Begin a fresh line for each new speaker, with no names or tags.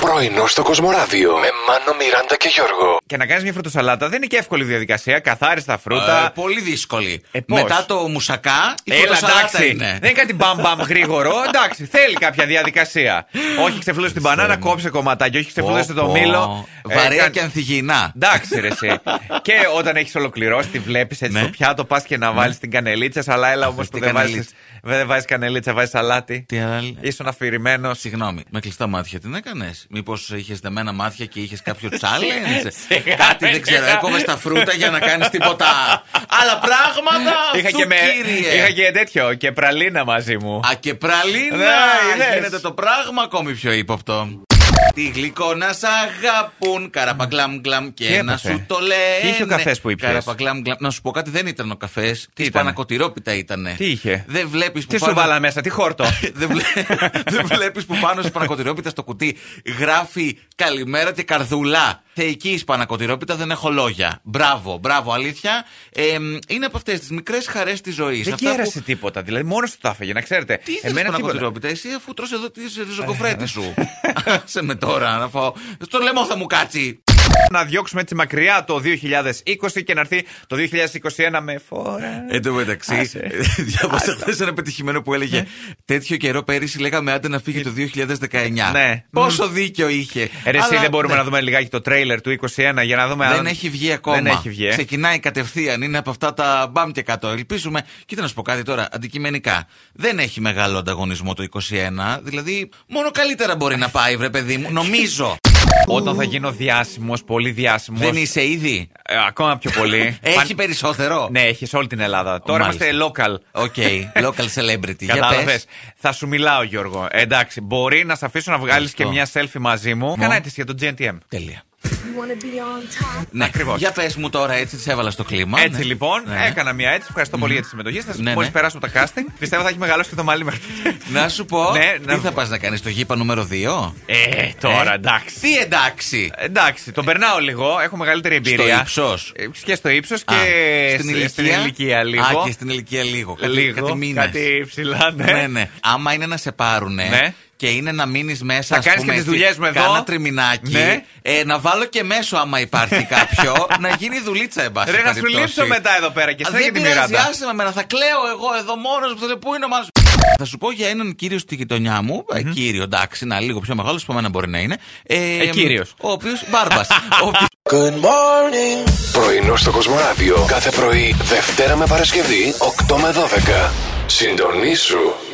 Πρωινό στο Κοσμοράδιο με Μάνο, Μιράντα και Γιώργο.
Και να κάνεις μια φρουτοσαλάτα δεν είναι και εύκολη διαδικασία. Καθάριστα φρούτα.
Ε, πολύ δύσκολη.
Ε, πώς?
Μετά το μουσακά, η ναι.
Έλα,
φωτοσαλάτα
εντάξει.
είναι.
Δεν είναι κάτι μπαμ μπαμ γρήγορο. Εντάξει, θέλει κάποια διαδικασία. όχι ξεφλούδε την μπανάνα, κόψε κομματάκι. Όχι ξεφλούδε
Πω,
το
πω.
μήλο. Ε,
Βαρέα
κάν-
και ανθυγιεινά.
Εντάξει, ρε, εσύ. και όταν έχεις ολοκληρώσει, τη βλέπεις έτσι
Ναι.
στο πιάτο, πας και να βάλεις την κανελίτσα. Αλλά έλα όμως που
την
δεν βάζεις
κανελίτσα.
δεν βάζεις κανελίτσα, βάζεις σαλάτι.
Τι άλλο.
Ήσουν αφηρημένος.
Συγγνώμη, με κλειστά μάτια τι έκανε. Μήπως είχες δεμένα μάτια και είχες κάποιο challenge.
Σιγά,
Κάτι δεν
σιγά.
ξέρω. Έκοβες τα φρούτα για να κάνεις τίποτα. Άλλα πράγματα.
Είχα
Θου,
και, με,
κύριε.
είχα και τέτοιο και πραλίνα μαζί μου.
Α, και πραλίνα!
Ναι, είδες.
Γίνεται το πράγμα ακόμη πιο ύποπτο. Τι γλυκό να σ' αγαπούν, καραπαγκλάμ γκλάμ και
Τι
να
έπαθε?
σου το λένε.
Τι είχε ο καφές που ήπιες?
Καραπαγκλάμ γκλάμ. Να σου πω κάτι, δεν ήταν ο καφές. Τη
ήτανε?
πανακοτηρόπιτα ήταν.
Τι είχε?
Δεν βλέπεις που
Τι σου
πάνω-
βάλα μέσα, τι χόρτο.
δεν, βλέ... δεν βλέπεις που πάνω στην πανακοτηρόπιτα στο κουτί γράφει καλημέρα και καρδούλα. Θεϊκή σπανακοτηρόπιτα, δεν έχω λόγια. Μπράβο, μπράβο, αλήθεια. Ε, είναι από αυτές τις μικρές χαρές της ζωής.
Δεν κέρασε τίποτα. Δηλαδή, μόνος του τα έφαγε, να ξέρετε.
Τι ήθελε να κοτρόπιτα, εσύ αφού τρως εδώ τη ριζοκοφρέτη σου. Σε με τώρα να φάω. Στο λαιμό θα μου κάτσει.
να διώξουμε έτσι μακριά το 2020 και να έρθει το 2021 με φόρα.
Εν τω μεταξύ,
Άσε. Ναι.
διάβασα χθες ένα πετυχημένο που έλεγε Τέτοιο καιρό πέρυσι λέγαμε άντε να φύγει το 2019.
Ε, Ναι. Ε,
Πόσο δίκιο είχε.
Ρε, εσύ
Αλλά,
δεν μπορούμε
ναι,
να δούμε λιγάκι το τρέιλερ του 21 για να δούμε αν.
Δεν έχει βγει ακόμα.
Δεν έχει βγει. ε.
Ξεκινάει κατευθείαν. Είναι από αυτά τα μπαμ και κάτω. Ελπίζουμε. Κοίτα να σου πω κάτι τώρα. Αντικειμενικά. Δεν έχει μεγάλο ανταγωνισμό το 21. Δηλαδή, μόνο καλύτερα μπορεί να πάει, βρε παιδί μου. Νομίζω.
Όταν θα γίνω διάσημος, πολύ διάσημο.
Δεν είσαι ήδη.
ακόμα πιο πολύ.
Έχει
Παν-
περισσότερο.
Ναι, έχει σε όλη την Ελλάδα. Τώρα
Μάλιστα.
είμαστε local.
Οκ, local celebrity. Για
Κατάλαβες.
πες.
Θα σου μιλάω, Γιώργο. Εντάξει, μπορεί να σε αφήσω να βγάλεις
Αυτό.
και μια selfie μαζί μου. Κάνα αίτηση για το GNTM.
Τέλεια.
You wanna be on top?
Ναι,
Ακριβώς.
Για πες μου τώρα, έτσι σε έβαλα στο κλίμα.
Έτσι
Ναι.
λοιπόν,
Ναι.
έκανα μια έτσι. Ευχαριστώ πολύ για τη συμμετοχή σας.
Ναι,
Μόλις
ναι.
περάσουμε τα casting, πιστεύω θα έχει μεγαλώσει και το μαλλί μέχρι.
Να σου πω,
Ναι,
τι
να-
θα πας να κάνεις το γήπα νούμερο 2.
Ε, τώρα εντάξει.
Τι εντάξει.
Εντάξει, τον περνάω λίγο. Έχω μεγαλύτερη εμπειρία.
Στο ύψος?
Ε, Και στο ύψος
Α,
και
στην
σ-
ηλικία.
ηλικία λίγο.
Α, και στην ηλικία λίγο. Κάτι,
λίγο.
κάτι μήνες.
Κάτι ψηλά, ναι.
Ναι, ναι. Άμα είναι να σε πάρουνε
Ναι.
και είναι να μείνεις μέσα.
Θα
ας
κάνεις
πούμε,
και τις
έτσι,
δουλειές μου εδώ.
Κάνα τριμινάκι.
Ναι.
Ε, να βάλω και μέσο άμα υπάρχει κάποιο. να γίνει δουλίτσα, εν πάση
Ρε, να σου
περιπτώσει.
λείψω μετά εδώ πέρα και
Α,
εσένα και
Δεν
τη
πειράζει,
Μιράντα.
άσε με εμένα. Θα κλαίω εγώ εδώ μόνος που θα λέω πού είναι ο Μάνος». Θα σου πω για έναν κύριο στη γειτονιά μου. ε, Κύριο, εντάξει, να λίγο πιο μεγάλος, που εμένα μπορεί να είναι.
Ε, κύριος.
Ο οποίος. Μπάρμπας. ο οποίος
Πρωινό στο Κοσμοράδιο κάθε πρωί, Δευτέρα με Παρασκευή, 8 με 12. Συντονίσου